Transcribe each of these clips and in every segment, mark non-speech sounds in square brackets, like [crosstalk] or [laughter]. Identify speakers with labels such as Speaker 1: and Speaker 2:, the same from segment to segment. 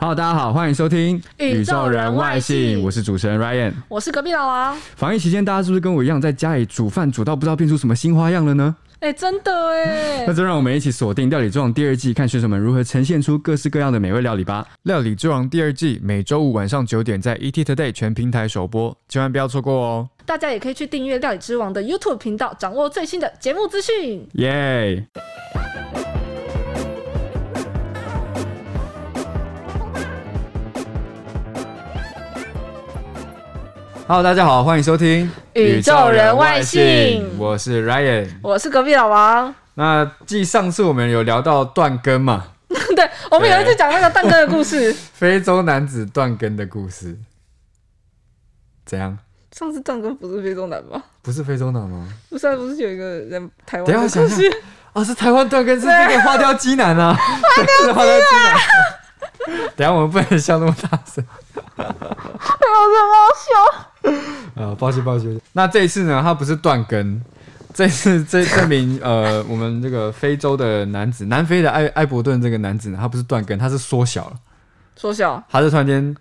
Speaker 1: Hello，大家好，欢迎收听《
Speaker 2: 宇宙人外星
Speaker 1: 我是主持人 Ryan。
Speaker 2: 我是隔壁老王。
Speaker 1: 防疫期间，大家是不是跟我一样在家里煮饭煮到不知道变出什么新花样了呢？
Speaker 2: 哎、真的哎
Speaker 1: 那，就让我们一起锁定《料理之王》第二季，看选手们如何呈现出各式各样的美味料理吧。
Speaker 3: 料理之王》第二季每周五晚上九点在 ET Today 全平台首播，千万不要错过哦！
Speaker 2: [laughs] 大家也可以去订阅《料理之王》的 YouTube 频道，掌握最新的节目资讯。
Speaker 1: 耶、
Speaker 3: Hello，大家好，欢迎收听《
Speaker 2: 宇宙人外星
Speaker 3: 我是 Ryan。
Speaker 2: 我是隔壁老王。
Speaker 3: 那继上次我们有聊到断更嘛，
Speaker 2: 对，我们有一次讲那个蛋哥的故事，
Speaker 3: 非洲男子断更的故事，怎样？
Speaker 2: [laughs] 上次蛋哥不是非洲男吗？
Speaker 3: 不是非洲男吗？
Speaker 2: 不是啊，不是有一个人台湾
Speaker 3: 等一
Speaker 2: 的
Speaker 3: 下
Speaker 2: 故
Speaker 3: 我想想
Speaker 2: 事？
Speaker 3: 哦，是台湾断更，是那个花雕鸡男啊，对 [laughs] 是花雕鸡男。 [laughs] 等一下我们不能笑那么大声。
Speaker 2: 有 [laughs] 什么笑？
Speaker 3: 呃，抱歉抱歉。那这一次呢，他不是断更，这次这这名呃，我们这个非洲的男子，南非的艾艾伯顿这个男子呢，他不是断更，他是缩小了，
Speaker 2: 缩小
Speaker 3: 他是突然间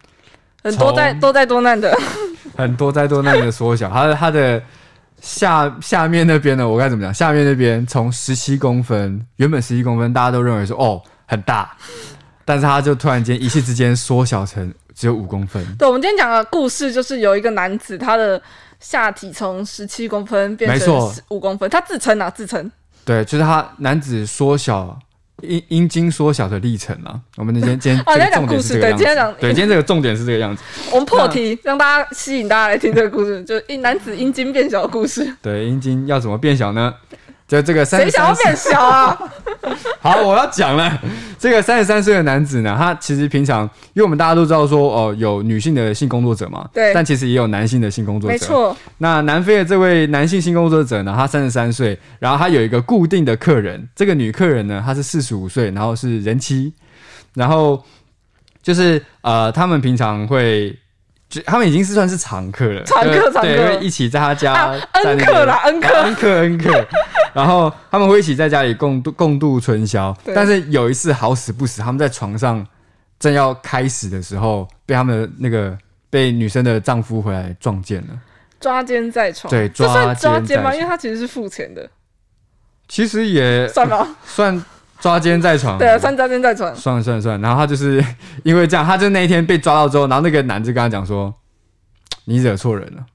Speaker 2: 很多灾
Speaker 3: 从
Speaker 2: 多灾多难的， [laughs]
Speaker 3: 很多灾多难的缩小，他的他的下下面那边呢，我该怎么讲？下面那边从十七公分，原本十七公分，大家都认为说哦很大，但是他就突然间一气之间缩小成只有五公分。
Speaker 2: 对，我们今天讲的故事就是有一个男子，他的下体从十七公分变
Speaker 3: 没
Speaker 2: 成
Speaker 3: 错
Speaker 2: 五公分，他自称啊，自称。
Speaker 3: 对，就是他男子缩小阴阴茎缩小的历程啊。我们今天今天
Speaker 2: 哦
Speaker 3: 这
Speaker 2: 在
Speaker 3: 个
Speaker 2: 讲
Speaker 3: 重点
Speaker 2: 故
Speaker 3: 是
Speaker 2: 事
Speaker 3: 这个样子，
Speaker 2: 对今天讲
Speaker 3: 对今天这个重点是这个样子。
Speaker 2: 我们破题，让大家吸引大家来听这个故
Speaker 3: [laughs]
Speaker 2: 事，就是一男子阴茎变小的故事。
Speaker 3: 对，阴茎要怎么变小呢？就这个三
Speaker 2: 谁
Speaker 3: 十
Speaker 2: 想要
Speaker 3: 三
Speaker 2: 变小啊？
Speaker 3: [laughs] 好，我要讲了。这个三十三岁的男子呢，他其实平常，因为我们大家都知道说，哦、有女性的性工作者嘛，
Speaker 2: 对
Speaker 3: 但其实也有男性的性工作者。
Speaker 2: 没。错，
Speaker 3: 那南非的这位男性性工作者呢，他三十三岁，然后他有一个固定的客人，这个女客人呢，她是四十五岁，然后是人妻，然后就是呃，他们平常会。就他们已经是算是常客了，
Speaker 2: 常客
Speaker 3: 对
Speaker 2: 常客
Speaker 3: 对，会一起在他家、
Speaker 2: 啊
Speaker 3: 在
Speaker 2: 恩
Speaker 3: 那
Speaker 2: 客
Speaker 3: 边
Speaker 2: 啦，恩
Speaker 3: 啊
Speaker 2: 客，
Speaker 3: 恩客恩客。
Speaker 2: [laughs]
Speaker 3: 然后他们会一起在家里共度共度春宵，
Speaker 2: 对
Speaker 3: 但是有一次好死不死，他们在床上正要开始的时候，被他们的那个被女生的丈夫回来撞见了。
Speaker 2: 抓奸在床。
Speaker 3: 对
Speaker 2: 这算抓
Speaker 3: 抓奸
Speaker 2: 奸吗？
Speaker 3: 在
Speaker 2: 因为他其实是付钱的，
Speaker 3: 其实也
Speaker 2: 算吧。
Speaker 3: 算抓奸在床，
Speaker 2: 对啊，算抓奸在床。
Speaker 3: 算了算了算了。然后他就是 [laughs] 因为这样，他就那一天被抓到之后，然后那个男就跟他讲说：“你惹错人了。”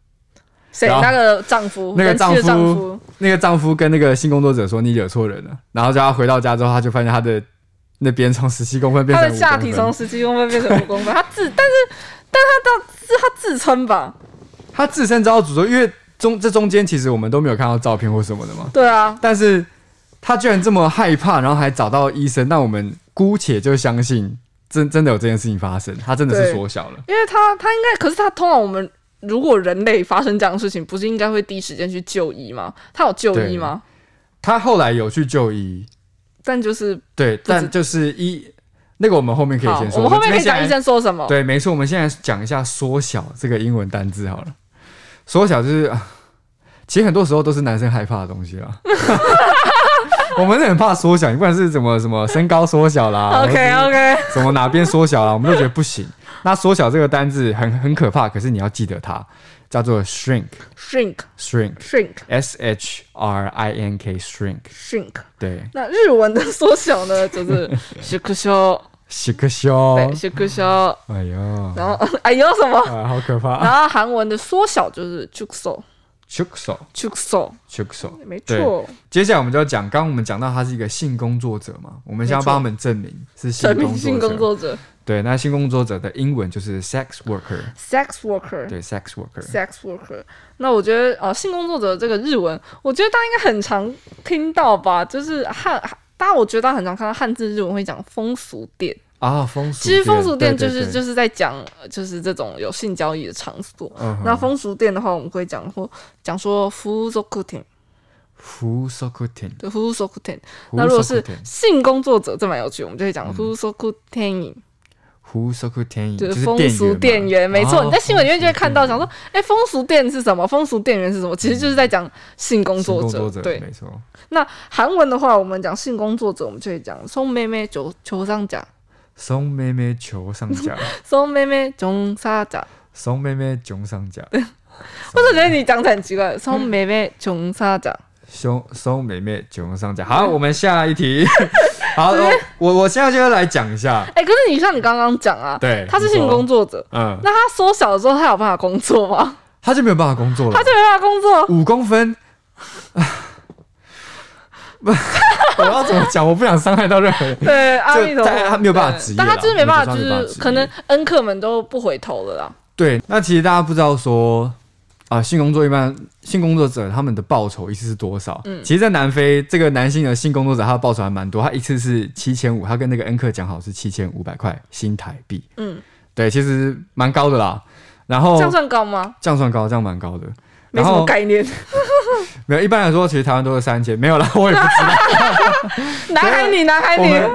Speaker 2: 谁？
Speaker 3: 然后
Speaker 2: 那个丈夫，
Speaker 3: 那个
Speaker 2: 人妻的
Speaker 3: 丈夫
Speaker 2: 夫，
Speaker 3: 那个丈夫跟那个性工作者说你惹错人了，然后叫他回到家之后，他就发现他的那边从十七公分变
Speaker 2: 他
Speaker 3: 成
Speaker 2: 的下体
Speaker 3: 5
Speaker 2: 从
Speaker 3: 公分
Speaker 2: 十七公分变成五公分，他自，但是，但他到是他自称吧？
Speaker 3: 他自身遭到诅咒，因为中这中间其实我们都没有看到照片或什么的嘛，
Speaker 2: 对啊，
Speaker 3: 但是他居然这么害怕，然后还找到医生，那我们姑且就相信真真的有这件事情发生，他真的是
Speaker 2: 对
Speaker 3: 缩小了，
Speaker 2: 因为他他应该，可是他通常我们如果人类发生这样的事情，不是应该会第一时间去就医吗？他有就医
Speaker 3: 对
Speaker 2: 吗？
Speaker 3: 他后来有去就医，
Speaker 2: 但就是
Speaker 3: 对，
Speaker 2: 知
Speaker 3: 但就是医那个我们后面可以
Speaker 2: 好
Speaker 3: 先，
Speaker 2: 我
Speaker 3: 说，
Speaker 2: 们后面可
Speaker 3: 这边
Speaker 2: 以讲
Speaker 3: 先来
Speaker 2: 医生说什么。
Speaker 3: 对，没错，我们现在讲一下缩小这个英文单字好了。缩小就是，啊其实很多时候都是男生害怕的东西啦。 [laughs] 我们是很怕缩小，你不管是怎么什么身高缩小啦
Speaker 2: [laughs] [laughs] OK
Speaker 3: 或
Speaker 2: OK，
Speaker 3: 是什么哪边缩小啦，我们都觉得不行。那缩小这个单字很很可怕，可是你要记得它叫做 shrink，shrink，shrink
Speaker 2: shrink shrink
Speaker 3: S H R I N K shrink，
Speaker 2: shrink。
Speaker 3: 对，
Speaker 2: 那日文的缩小呢，就是 [laughs] shake s h o
Speaker 3: 洗个笑，
Speaker 2: 对 shake s h o
Speaker 3: 哎呦，
Speaker 2: 然后 [laughs] 哎有什么？
Speaker 3: 啊，好可怕
Speaker 2: 然后韩文的缩小就是 chukso
Speaker 3: c h u k s o
Speaker 2: chukso，
Speaker 3: c h u k s o
Speaker 2: 没错，
Speaker 3: 接下来我们就要讲，刚刚我们讲到他是一个性工作者嘛，我们先要
Speaker 2: 没错
Speaker 3: 帮他们证明是性
Speaker 2: 全
Speaker 3: 工
Speaker 2: 明
Speaker 3: 作
Speaker 2: 星
Speaker 3: 者。
Speaker 2: 工作者
Speaker 3: 对，那性工作者的英文就是 sex worker，
Speaker 2: sex worker。
Speaker 3: 对，sex worker。
Speaker 2: sex worker。那我觉得呃，性工作者这个日文，我觉得大家应该很常听到吧，就是汉，大家我觉得大家很常看到汉字日文会讲风俗店，
Speaker 3: 啊，风俗
Speaker 2: 其实风俗店就是就是是在讲，呃就是这种有性交易的场所。
Speaker 3: 嗯哼
Speaker 2: 那风俗店的话，我们会讲说讲说服俗店，
Speaker 3: 福寿库店。
Speaker 2: 对服俗店。那如果是性工作者，这蛮有趣，我们就会讲服俗店，
Speaker 3: 福寿库店，
Speaker 2: 嗯就
Speaker 3: 就是啊是
Speaker 2: 风俗店员。没错，你在新闻里面就会看到，讲说，哎，风俗店是什么？风俗店员是什么？其实就是在讲性工
Speaker 3: 工
Speaker 2: 作
Speaker 3: 者，
Speaker 2: 者。对
Speaker 3: 没，错。
Speaker 2: 那韩文的话，我们讲性工作者，我们就会讲送妹妹九求上甲，
Speaker 3: 松妹妹求上
Speaker 2: [laughs]
Speaker 3: 甲，
Speaker 2: 送妹妹中沙甲。
Speaker 3: 松妹妹囧上甲，
Speaker 2: 我总觉得你讲的很奇怪，送妹妹中沙甲。
Speaker 3: 松松妹妹囧上甲。好，我们下一题。 [laughs] 好，我我现在就要来讲一下。
Speaker 2: [laughs] 哎、可是你像你刚刚讲啊，
Speaker 3: 对
Speaker 2: 他是性工作者，
Speaker 3: 嗯，
Speaker 2: 那他缩小之后，他有办法工作吗？
Speaker 3: 他就没有办法工作了
Speaker 2: 他。就没办法工作，
Speaker 3: 五公分。 [laughs] 不，我要怎么讲？我不想伤害到任何人。
Speaker 2: 对，阿弥陀佛
Speaker 3: 嗯他，他没有办法职业啦
Speaker 2: 但他就是没办法，
Speaker 3: 我
Speaker 2: 就
Speaker 3: 觉得他没办法
Speaker 2: 是
Speaker 3: 职业
Speaker 2: 可能恩客们都不回头了啦。
Speaker 3: 对，那其实大家不知道说啊、性工作一般性工作者他们的报酬一次是多少？嗯，其实，在南非这个男性的性工作者，他的报酬还蛮多，他一次是七千五，他跟那个恩客讲好是七千五百块新台币。
Speaker 2: 嗯，
Speaker 3: 对，其实蛮高的啦。然后
Speaker 2: 这样算高吗？
Speaker 3: 这样算高，这样蛮高的。哦
Speaker 2: 没
Speaker 3: 然
Speaker 2: 什么
Speaker 3: 后 [laughs]
Speaker 2: 概念，
Speaker 3: 没有，一般来说，其实台湾都是三千，没有啦，我也不知道。
Speaker 2: [laughs] 男孩你，男孩
Speaker 3: 我
Speaker 2: 你，
Speaker 3: 们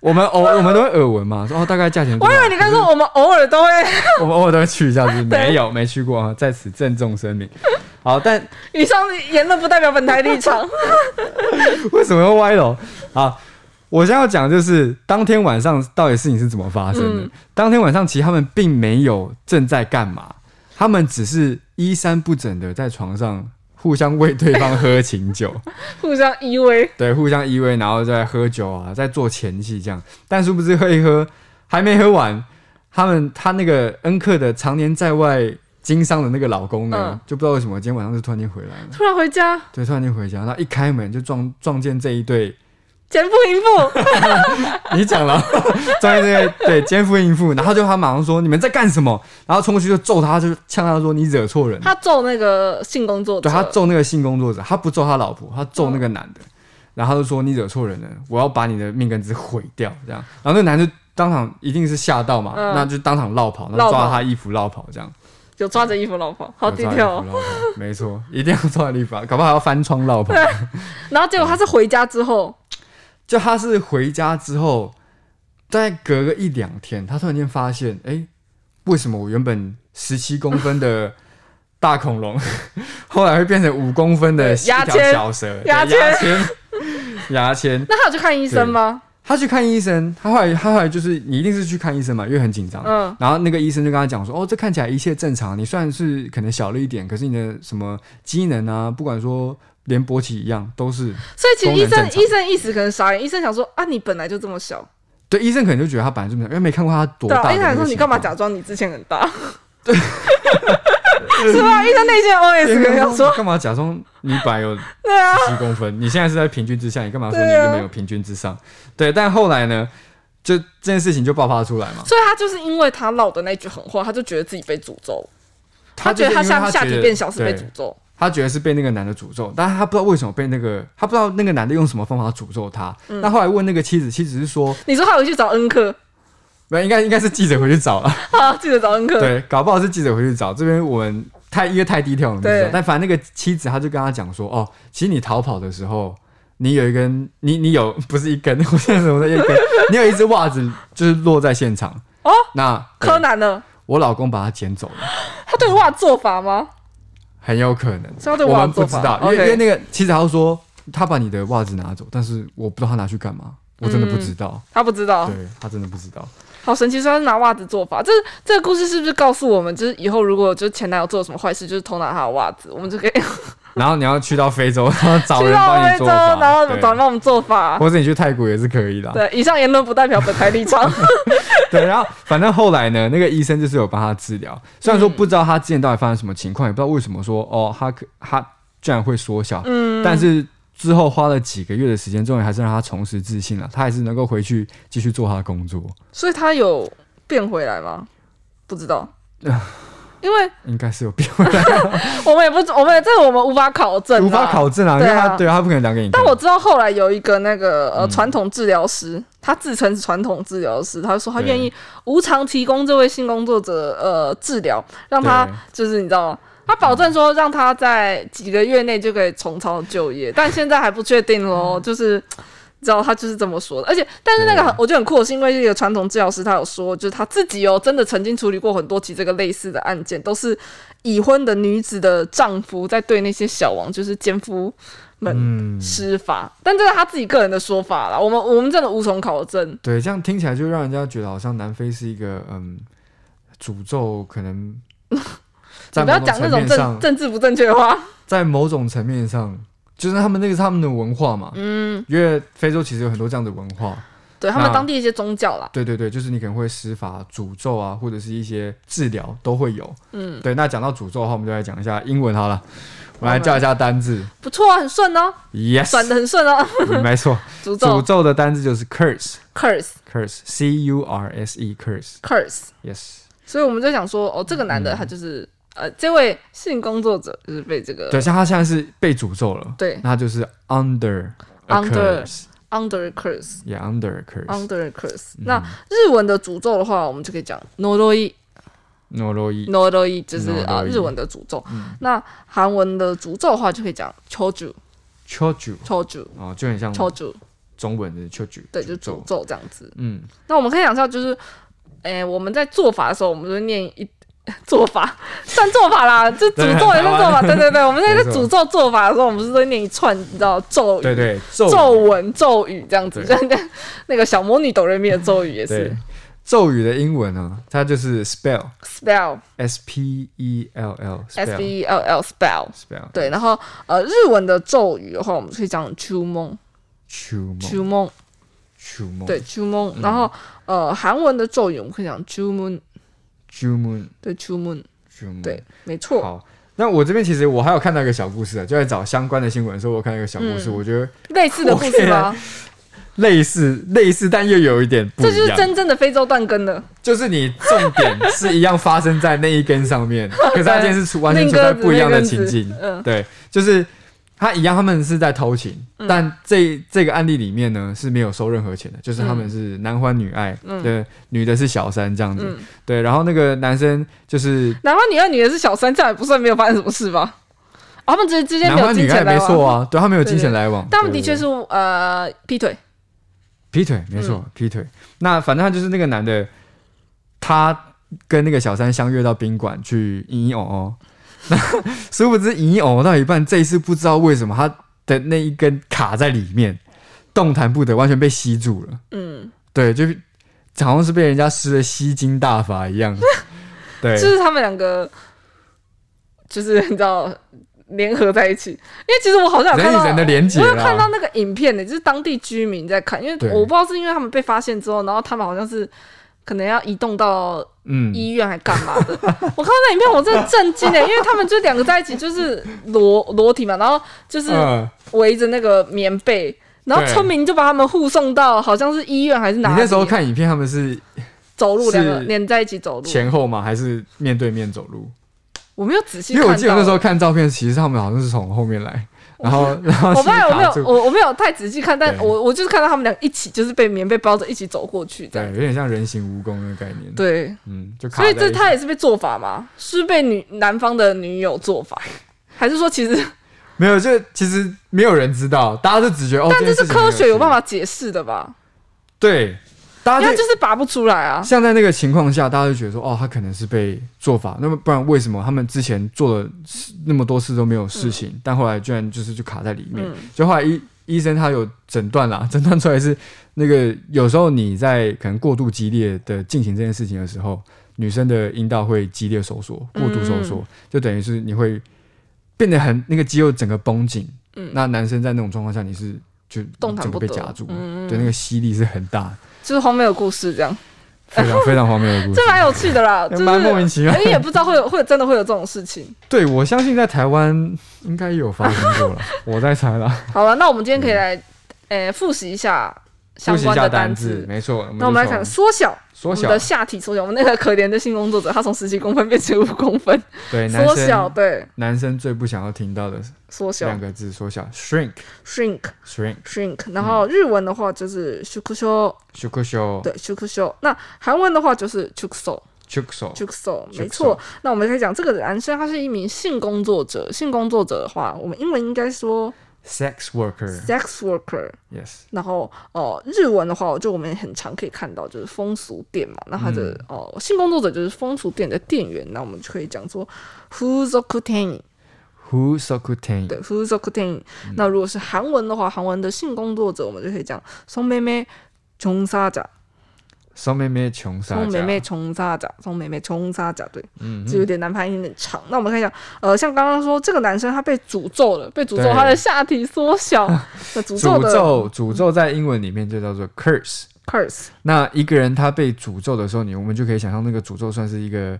Speaker 3: 我们偶我们都会耳闻嘛，说哦大概价钱多
Speaker 2: 我
Speaker 3: 少。
Speaker 2: 以为你刚说我们偶尔都会，
Speaker 3: 我们偶尔都会去一下，就是没有没去过啊，在此郑重声明。好，但 [laughs]
Speaker 2: 以上言论不代表本台立场。
Speaker 3: 为什么会歪楼？好，我现在要讲的就是当天晚上到底事情是怎么发生的。
Speaker 2: 嗯
Speaker 3: 当天晚上其实他们并没有正在干嘛，他们只是衣衫不整的在床上互相喂对方喝琴
Speaker 2: [laughs]
Speaker 3: 酒。
Speaker 2: 互相依偎，
Speaker 3: 对，互相依偎，然后再喝酒啊，再做前戏这样。但殊不知喝一喝，还没喝完，他们他那个恩克的常年在外经商的那个老公呢，
Speaker 2: 嗯
Speaker 3: 就不知道为什么今天晚上就突然间回来了，
Speaker 2: 突然回家，
Speaker 3: 对，突然间回家，那一开门就撞撞见这一对，
Speaker 2: 前不赢不，
Speaker 3: 你讲了，撞见这对对奸夫淫妇，然后就他马上说你们在干什么？然后冲过去就揍他，就呛他说你惹错人了。
Speaker 2: 他揍那个性工作者，
Speaker 3: 对他揍那个性工作者，他不揍他老婆，
Speaker 2: 嗯
Speaker 3: 他揍那个男的，然后他就说你惹错人了，我要把你的命根子毁掉，这样。然后那个男的就当场一定是吓到嘛，
Speaker 2: 嗯
Speaker 3: 那就当场绕跑，然
Speaker 2: 绕
Speaker 3: 后
Speaker 2: 跑
Speaker 3: 抓他衣服绕跑，这样。
Speaker 2: 有抓着衣服老婆，好低
Speaker 3: 抓他衣服
Speaker 2: 调哦。
Speaker 3: 绕跑，没错，一定要抓他衣服，搞不好还要翻窗绕跑。
Speaker 2: 然后结果他是回家之后，
Speaker 3: 就他是回家之后，大概隔个一两天，他突然间发现，哎、为什么我原本十七公分的 [laughs] 大恐龙， [laughs] 后来会变成五公分的
Speaker 2: 对
Speaker 3: 一条
Speaker 2: 牙签
Speaker 3: 小蛇、对
Speaker 2: 牙
Speaker 3: 牙
Speaker 2: 签
Speaker 3: 签、牙签？ [laughs]
Speaker 2: 那他有去看医生吗？
Speaker 3: 他去看医生，他后来他后来就是你一定是去看医生嘛，因为很紧张。
Speaker 2: 嗯
Speaker 3: 然后那个医生就跟他讲说，哦，这看起来一切正常，你虽然是可能小了一点，可是你的什么机能啊，不管说连勃起一样，都是
Speaker 2: 所以其实医
Speaker 3: 功
Speaker 2: 生
Speaker 3: 能正常
Speaker 2: 医生一时可能傻眼，医生想说啊，你本来就这么小，
Speaker 3: 对医生可能就觉得他本来就没有，因为没看过他多
Speaker 2: 对
Speaker 3: 大
Speaker 2: 啊，
Speaker 3: 的
Speaker 2: 医
Speaker 3: 那个情况。
Speaker 2: 生想说你干嘛假装你之前很大，对， [laughs]
Speaker 3: [laughs]
Speaker 2: 是吧？医生内心的 OS 可能想说，
Speaker 3: 干嘛假装你本来有十
Speaker 2: [laughs] 对啊，
Speaker 3: 七公分，你现在是在平均之下，你干嘛说你
Speaker 2: 对啊
Speaker 3: 没有平均之上？对，但后来呢，就这件事情就爆发出来嘛。
Speaker 2: 所以他就是因为他唠的那句狠话，他就觉得自己被诅咒，他
Speaker 3: 就
Speaker 2: 觉
Speaker 3: 是因
Speaker 2: 得
Speaker 3: 为
Speaker 2: 下
Speaker 3: 他
Speaker 2: 下
Speaker 3: 觉
Speaker 2: 体
Speaker 3: 得
Speaker 2: 变小是被
Speaker 3: 对
Speaker 2: 诅咒，
Speaker 3: 他觉得是被那个男的诅咒，但是他不知道为什么被那个，他不知道那个男的用什么方法诅咒他。
Speaker 2: 嗯
Speaker 3: 那后来问那个妻子，妻子是说，
Speaker 2: 你说他回去找恩克
Speaker 3: 没有应该应该是记者回去找了，
Speaker 2: [laughs] 啊，记得找恩克，
Speaker 3: 对，搞不好是记者回去找。这边我们太因为太低调了，我们不知道
Speaker 2: 对
Speaker 3: 但反正那个妻子，他就跟他讲说，哦，其实你逃跑的时候，你有一根，你你有不是一根，我现在怎么在一根？你有一只袜子就是落在现场
Speaker 2: 哦。
Speaker 3: 那对
Speaker 2: 柯南呢？
Speaker 3: 我老公把它捡走了，
Speaker 2: 他对袜做法吗？
Speaker 3: 很有可能。
Speaker 2: 是他对
Speaker 3: 我
Speaker 2: 袜
Speaker 3: 们
Speaker 2: 子
Speaker 3: 不
Speaker 2: 做
Speaker 3: 知
Speaker 2: 法
Speaker 3: 道，因为、
Speaker 2: OK
Speaker 3: 因为那个妻子他说他把你的袜子拿走，但是我不知道他拿去干嘛，我真的不知道。
Speaker 2: 他不知道，
Speaker 3: 对他真的不知道，
Speaker 2: 好神奇，所以他是拿袜子做法。这这个故事是不是告诉我们，就是以后如果就是前男友做了什么坏事，就是偷拿他的袜子，我们就可以去
Speaker 3: 然后你要去到非洲，然后找
Speaker 2: 到
Speaker 3: 人帮
Speaker 2: 非
Speaker 3: 你
Speaker 2: 洲，
Speaker 3: 做法，
Speaker 2: 然后
Speaker 3: 对
Speaker 2: 找人帮我们做法。
Speaker 3: 或者你去泰国也是可以的啊。
Speaker 2: 对，以上言论不代表本台
Speaker 3: [laughs]
Speaker 2: 立场。
Speaker 3: 对，然后反正后来呢，那个医生就是有帮他治疗，虽然说不知道他之前到底发生什么情况，也不知道为什么说哦，他可他居然会缩小，嗯，但是之后花了几个月的时间，终于还是让他重拾自信了，他还是能够回去继续做他的工作，
Speaker 2: 所以他有变回来吗？不知道，
Speaker 3: 呃
Speaker 2: 因为
Speaker 3: 应该是有变回来，
Speaker 2: 我们也不，我们这个我们无法考证，
Speaker 3: 无法。考证啊，因为
Speaker 2: 对啊
Speaker 3: 他对他不可能量给你看，嗯
Speaker 2: 但我知道后来有一个那个呃传统治疗师，他自称是传统治疗师，他说他愿意无偿提供这位性工作者呃治疗，让他
Speaker 3: 对
Speaker 2: 就是你知道吗？他保证说让他在几个月内就可以重操旧业，但现在还不确定
Speaker 3: 嗯
Speaker 2: 咯，就是。你知道他就是这么说的，而且但是那个很我觉得很酷的是，因为这个传统治疗师他有说，就是他自己哦，真的曾经处理过很多起这个类似的案件，都是已婚的女子的丈夫在对那些小王就是奸夫
Speaker 3: 嗯
Speaker 2: 们施法，但这是他自己个人的说法啦，我们我们真的无从考证。
Speaker 3: 对，这样听起来就让人家觉得好像南非是一个嗯诅咒，可能
Speaker 2: [laughs] 你
Speaker 3: 在
Speaker 2: 不要
Speaker 3: 某
Speaker 2: 讲那
Speaker 3: 层
Speaker 2: 种
Speaker 3: 面
Speaker 2: 政
Speaker 3: 上，
Speaker 2: 政治不正确的话， [laughs]
Speaker 3: 在某种层面上，就是他们那个是他们的文化嘛。嗯，因为非洲其实有很多这样的文化。
Speaker 2: 对他们
Speaker 3: 那
Speaker 2: 当地一些宗教啦，
Speaker 3: 对对对，就是你可能会施法、诅咒啊，或者是一些治疗都会有。
Speaker 2: 嗯，
Speaker 3: 对，那讲到诅咒的话，我们就来讲一下英文好了。我们来叫一下单字
Speaker 2: 不错啊，很顺哦，转的
Speaker 3: ，yes，
Speaker 2: 很顺哦。 [laughs]
Speaker 3: 嗯没错，
Speaker 2: 诅
Speaker 3: 诅
Speaker 2: 咒
Speaker 3: 咒的单字就是 curse，curse，c
Speaker 2: curse
Speaker 3: u r s e，curse，yes。
Speaker 2: curse，所以我们就想说，哦，这个男
Speaker 3: 嗯
Speaker 2: 的他就是、呃，这位性工作者就是被这个
Speaker 3: 对，像他现在是被诅咒了，
Speaker 2: 对
Speaker 3: 那他就是 under a
Speaker 2: Under
Speaker 3: curse，
Speaker 2: under curse。
Speaker 3: 也 under a curse。嗯
Speaker 2: Under curse，、那日文的诅咒的话，我们就可以讲 noroi
Speaker 3: 诺洛伊
Speaker 2: noroi，就是啊、
Speaker 3: Noroi 嗯
Speaker 2: 日文的诅咒。那韩文的诅咒的话，就可以讲 choju
Speaker 3: choju，
Speaker 2: choju
Speaker 3: 哦，就很像
Speaker 2: choju，
Speaker 3: 中文的 choju，
Speaker 2: 对，就是诅咒这样子。
Speaker 3: 嗯，
Speaker 2: 那我们可以想象，就是，诶、我们在做法的时候，我们就会念一做法，算做法啦，就诅咒也算做法，对对对，我们在
Speaker 3: 没
Speaker 2: 在
Speaker 3: 错
Speaker 2: 诅咒做法的时候，我们是会念一串，你知道咒语，
Speaker 3: 对对，
Speaker 2: 咒文咒语这样子，就
Speaker 3: 对
Speaker 2: 是 [laughs] 那那个小魔女哆瑞咪的咒语也是
Speaker 3: 对，咒语的英文呢，它就是 spell，s
Speaker 2: spell
Speaker 3: p e l l，spell
Speaker 2: s b e l l spell。
Speaker 3: spell，
Speaker 2: 对，然后呃，日文的咒语的话，我们可以讲“chu 梦
Speaker 3: ，chu 梦
Speaker 2: chu 梦”，
Speaker 3: chu 梦，
Speaker 2: 对，“chu
Speaker 3: 嗯
Speaker 2: 梦”。然后呃，韩文的咒语我们可以讲 “chu moon”，
Speaker 3: ，chu 梦
Speaker 2: 对，“chu moon”，
Speaker 3: chu 梦，
Speaker 2: 对，没错。
Speaker 3: 嗯好。那我这边其实我还有看到一个小故事啊，就在找相关的新闻的时候，我有看到一个小故事，
Speaker 2: 嗯
Speaker 3: 我觉得
Speaker 2: 类似的故事吗？
Speaker 3: 类似类似，但又有一点不一
Speaker 2: 这
Speaker 3: 样。
Speaker 2: 就是真正的非洲断根了。
Speaker 3: 就是你重点是一样发生在那一根上
Speaker 2: [laughs]
Speaker 3: 面，可是它今天是处完全处在不一样的情境
Speaker 2: 那根子那根子嗯。
Speaker 3: [laughs] 对，就是他一样，他们是在偷情，
Speaker 2: 嗯
Speaker 3: 但这这个案例里面呢是没有收任何钱的，就是他
Speaker 2: 嗯
Speaker 3: 们是男欢女爱，对，女的是小三这样子，
Speaker 2: 嗯
Speaker 3: 对，然后那个男生就是
Speaker 2: 哪怕你二女的是小三，这样也不算没有发生什么事吧？哦他们之之间
Speaker 3: 男
Speaker 2: 没有
Speaker 3: 欢
Speaker 2: 金
Speaker 3: 女爱
Speaker 2: 钱来
Speaker 3: 没错
Speaker 2: 往，
Speaker 3: 啊，对他没有金
Speaker 2: 对
Speaker 3: 钱
Speaker 2: 对
Speaker 3: 来往，
Speaker 2: 但他们的
Speaker 3: 对对
Speaker 2: 确
Speaker 3: 对
Speaker 2: 是呃劈腿，
Speaker 3: 劈腿，
Speaker 2: 嗯
Speaker 3: 没错，劈腿。那反正他就是那个男的，他跟那个小三相约到宾馆去隐隐哦哦， [laughs] 那殊不知隐隐哦哦到一半，这一次不知道为什么他的那一根卡在里面，动弹不得，完全被吸住了。
Speaker 2: 嗯，
Speaker 3: 对，就好像是被人家施了吸金大法一
Speaker 2: [laughs]
Speaker 3: 样。对，
Speaker 2: 就是他们两个，就是你知道联合在一起。因为其实我好像有看
Speaker 3: 人
Speaker 2: 到
Speaker 3: 与人的连结啊
Speaker 2: 我有看到
Speaker 3: 啦。
Speaker 2: 那个影片呢，就是当地居民在看，因为
Speaker 3: 对
Speaker 2: 我不知道是因为他们被发现之后，然后他们好像是可能要移动到
Speaker 3: 嗯，
Speaker 2: 医院还干嘛的？ [laughs] 我看到那影片，我真的震惊哎，因为他们就两个在一起，就是裸裸体嘛，然后就是
Speaker 3: 嗯，
Speaker 2: 围着那个棉被，然后
Speaker 3: 对
Speaker 2: 村民就把他们护送到好像是医院还是
Speaker 3: 你
Speaker 2: 哪里。啊
Speaker 3: 那时候看影片，他们是
Speaker 2: 走路两个
Speaker 3: 是
Speaker 2: 连在一起走路，
Speaker 3: 前后吗？还是面对面走路？
Speaker 2: 我没有仔细
Speaker 3: 因
Speaker 2: 看
Speaker 3: 为
Speaker 2: 到。
Speaker 3: 我记得那时候看照片，其实他们好像是从后面
Speaker 2: [laughs]
Speaker 3: 来，然后然后
Speaker 2: 我不知道我
Speaker 3: 是
Speaker 2: 没有
Speaker 3: 卡住
Speaker 2: 我我没有太仔细看，但
Speaker 3: 对
Speaker 2: 我我就是看到他们俩一起就是被棉被包着一起走过去这
Speaker 3: 对，
Speaker 2: 样。
Speaker 3: 有点像人形蜈蚣那个概念。，
Speaker 2: 对，
Speaker 3: 嗯，就卡
Speaker 2: 所
Speaker 3: 在
Speaker 2: 以
Speaker 3: 一起。
Speaker 2: 这他也是被做法吗？是被女男方的女友做法，还是说其
Speaker 3: 哦
Speaker 2: 实？
Speaker 3: 没有，就其实没有人知道，大家就只觉得哦，
Speaker 2: 但这是科学有办
Speaker 3: 法
Speaker 2: 法解释的吧？
Speaker 3: 对，大
Speaker 2: 因
Speaker 3: 家
Speaker 2: 为
Speaker 3: 就
Speaker 2: 就是拔不出来啊。
Speaker 3: 像在那个情况下，大家就觉得说哦，他可能是被做法，那么不然为什么他们之前做了那么多次都没有事情，
Speaker 2: 嗯
Speaker 3: 但后来居然就是就卡在里面，就后来医医生他有诊断啦，诊断出来是那个有时候你在可能过度激烈的进行这件事情的时候，女生的阴道会激烈收缩，过度收
Speaker 2: 嗯
Speaker 3: 缩，就等于是你会变得很那个肌肉整个绷紧。
Speaker 2: 嗯
Speaker 3: 那男生在那种状况下，你是就
Speaker 2: 动弹
Speaker 3: 整个
Speaker 2: 不
Speaker 3: 被
Speaker 2: 得
Speaker 3: 夹住了，
Speaker 2: 嗯
Speaker 3: 对，那个吸力是很大的，
Speaker 2: 就是荒谬的故事这样，
Speaker 3: 非常非常荒谬的故事。
Speaker 2: 这蛮有趣的啦，就
Speaker 3: 还
Speaker 2: 是
Speaker 3: 蛮莫名其妙
Speaker 2: 因为也不知道会有会有真的会有这种事情。
Speaker 3: 对，我相信在台湾应
Speaker 2: [laughs]
Speaker 3: 该也有发生过了，我在猜啦。
Speaker 2: 哎好了，那我们今天可以来，呃，复习一下相
Speaker 3: 复习一
Speaker 2: 关
Speaker 3: 下
Speaker 2: 的
Speaker 3: 单
Speaker 2: 字。
Speaker 3: 没错。
Speaker 2: 那我们来讲
Speaker 3: 讲
Speaker 2: 缩小，
Speaker 3: 缩
Speaker 2: 我
Speaker 3: 小
Speaker 2: 们的，下体缩小。我们那个可怜的性工作者，他从十七公分变成五公分，
Speaker 3: 对，男
Speaker 2: 缩小，
Speaker 3: 生
Speaker 2: 对，
Speaker 3: 男生最不想要听到的
Speaker 2: 缩小
Speaker 3: 两个字，缩小，shrink
Speaker 2: ，shrink
Speaker 3: shrink
Speaker 2: shrink。然后日文的话就是 shukusho，
Speaker 3: s h u k u s h o
Speaker 2: 对 shukusho。那韩文的话就是 chukso。
Speaker 3: c h u k s o
Speaker 2: j u k s o 没
Speaker 3: Jukso
Speaker 2: 错。那我们可以讲这个男生他是一名性工作者，性工作者的话，我们英文应该说
Speaker 3: sex worker，yes，
Speaker 2: sex worker。然后哦、呃日文的话，就我们很常可以看到就是风俗店嘛，那他的哦、性工作者就是风俗店的店员，那我们就可以讲说 fuzoku ten，
Speaker 3: who so could t
Speaker 2: 对 fuzoku ten。那如果是韩文的话，韩文的性工作者我们就可以讲松妹妹。冲沙甲，
Speaker 3: 松妹妹穷杀
Speaker 2: 松妹妹冲沙甲，松妹妹冲沙甲，对，
Speaker 3: 嗯
Speaker 2: 就有点难发音，有点长。那我们看一下，呃，像刚刚说这个男生他被诅咒了，被诅咒
Speaker 3: 对
Speaker 2: 他的下体
Speaker 3: [laughs]
Speaker 2: 缩小，那诅咒
Speaker 3: 诅
Speaker 2: 的
Speaker 3: 咒，诅咒在英文里面就叫做 curse。
Speaker 2: curse，
Speaker 3: 那一个人他被诅咒的时候，你我们就可以想象那个诅咒算是一个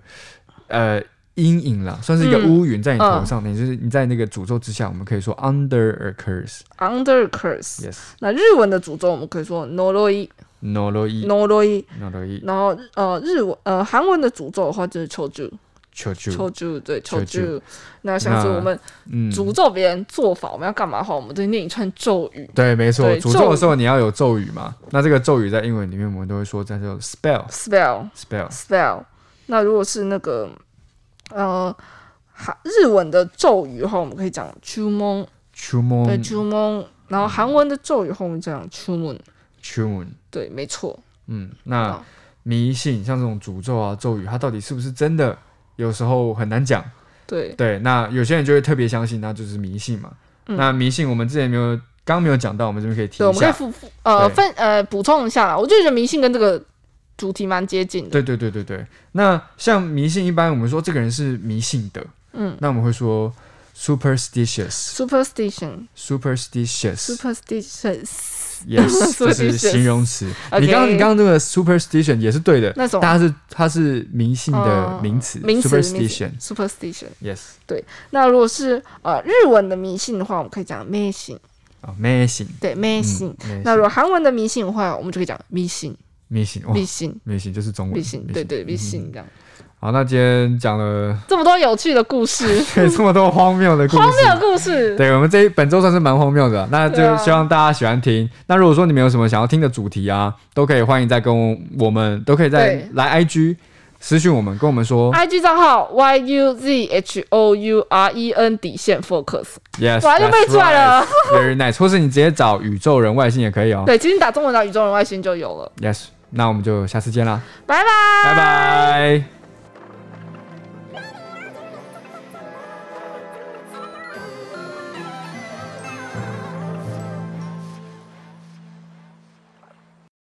Speaker 3: 呃阴影啦，算是一个
Speaker 2: 嗯
Speaker 3: 乌云在你头上，你就是你在那个诅咒之下，我们可以说 under a curse。
Speaker 2: under curse，
Speaker 3: Yes，
Speaker 2: 那日文的诅咒我们可以说 noroi
Speaker 3: no i
Speaker 2: noroi，
Speaker 3: no i
Speaker 2: 然后呃日文呃韩文的诅咒的话就是求助
Speaker 3: 求
Speaker 2: 求
Speaker 3: 救，
Speaker 2: 助对求
Speaker 3: 求
Speaker 2: 助。那像是
Speaker 3: 那
Speaker 2: 我们
Speaker 3: 嗯，
Speaker 2: 诅咒别人做法，我们要干嘛的话，我们就念一串咒语。
Speaker 3: 对，没错，
Speaker 2: 对
Speaker 3: 诅咒的时候你要有咒语嘛。那这个咒语在英文里面我们都会说叫做 spell
Speaker 2: spell
Speaker 3: spell。
Speaker 2: spell。那如果是那个呃韩日文的咒语的话，我们可以讲 chu mon
Speaker 3: 驱魔
Speaker 2: 对 chu mon，然后韩文的咒语的话，我们讲 chu moon
Speaker 3: 驱魔，
Speaker 2: 对，没错。
Speaker 3: 嗯，那
Speaker 2: 好
Speaker 3: 迷信像这种诅咒啊、咒语，它到底是不是真的，有时候很难讲。
Speaker 2: 对，
Speaker 3: 对，那有些人就会特别相信，那就是迷信嘛。
Speaker 2: 嗯
Speaker 3: 那迷信我们之前没有，刚没有讲到，我们这边可以提
Speaker 2: 对，我
Speaker 3: 一
Speaker 2: 们可以
Speaker 3: 下。
Speaker 2: 复复呃
Speaker 3: 对
Speaker 2: 分呃补充一下啦。我就觉得迷信跟这个主题蛮接近的。
Speaker 3: 对对对对对。那像迷信，一般我们说这个人是迷信的，
Speaker 2: 嗯
Speaker 3: 那我们会说 superstitious，superstitious，yes，
Speaker 2: ，superstition superstitions [laughs]
Speaker 3: 这是
Speaker 2: superstitious
Speaker 3: 形容词。
Speaker 2: OK
Speaker 3: 你刚刚你刚刚这个 superstition 也是对的，
Speaker 2: 那种哦呃
Speaker 3: 但它是它是迷信的名词、
Speaker 2: 名词
Speaker 3: superstition，yes。
Speaker 2: superstition。
Speaker 3: Yes
Speaker 2: 那如果是呃日文的迷信的话，我们可以讲迷信，
Speaker 3: 哦，迷信，
Speaker 2: 对迷信。
Speaker 3: 嗯
Speaker 2: 那如果韩文的迷信的话，我们就可以讲迷信，
Speaker 3: 迷信，哇
Speaker 2: 迷，信，
Speaker 3: 迷信就是中文，嗯
Speaker 2: 嗯迷信，嗯对对，迷信这样。
Speaker 3: 好，那今天讲了
Speaker 2: 这么多有趣的故事， [laughs]
Speaker 3: 对这么多荒谬的故事，
Speaker 2: 嗯荒谬的故事，
Speaker 3: 对我们这一本周算是蛮荒谬的啊，那
Speaker 2: 对
Speaker 3: 就
Speaker 2: 啊
Speaker 3: 希望大家喜欢听。那如果说你们有什么想要听的主题啊，都可以欢迎再跟我我们，都可以再
Speaker 2: 对哎
Speaker 3: 来 IG 私讯我们，跟我们说。
Speaker 2: IG 账号 y u z h o u r e n 底线 focus，
Speaker 3: Yes，
Speaker 2: 哇又背出来
Speaker 3: that's
Speaker 2: 了
Speaker 3: right，Very nice，或是你直接找宇宙人外星也可以哦。
Speaker 2: 对，其实你打中文打宇宙人外星就有了，
Speaker 3: Yes，那我们就下次见啦，
Speaker 2: 拜拜。
Speaker 3: 拜拜。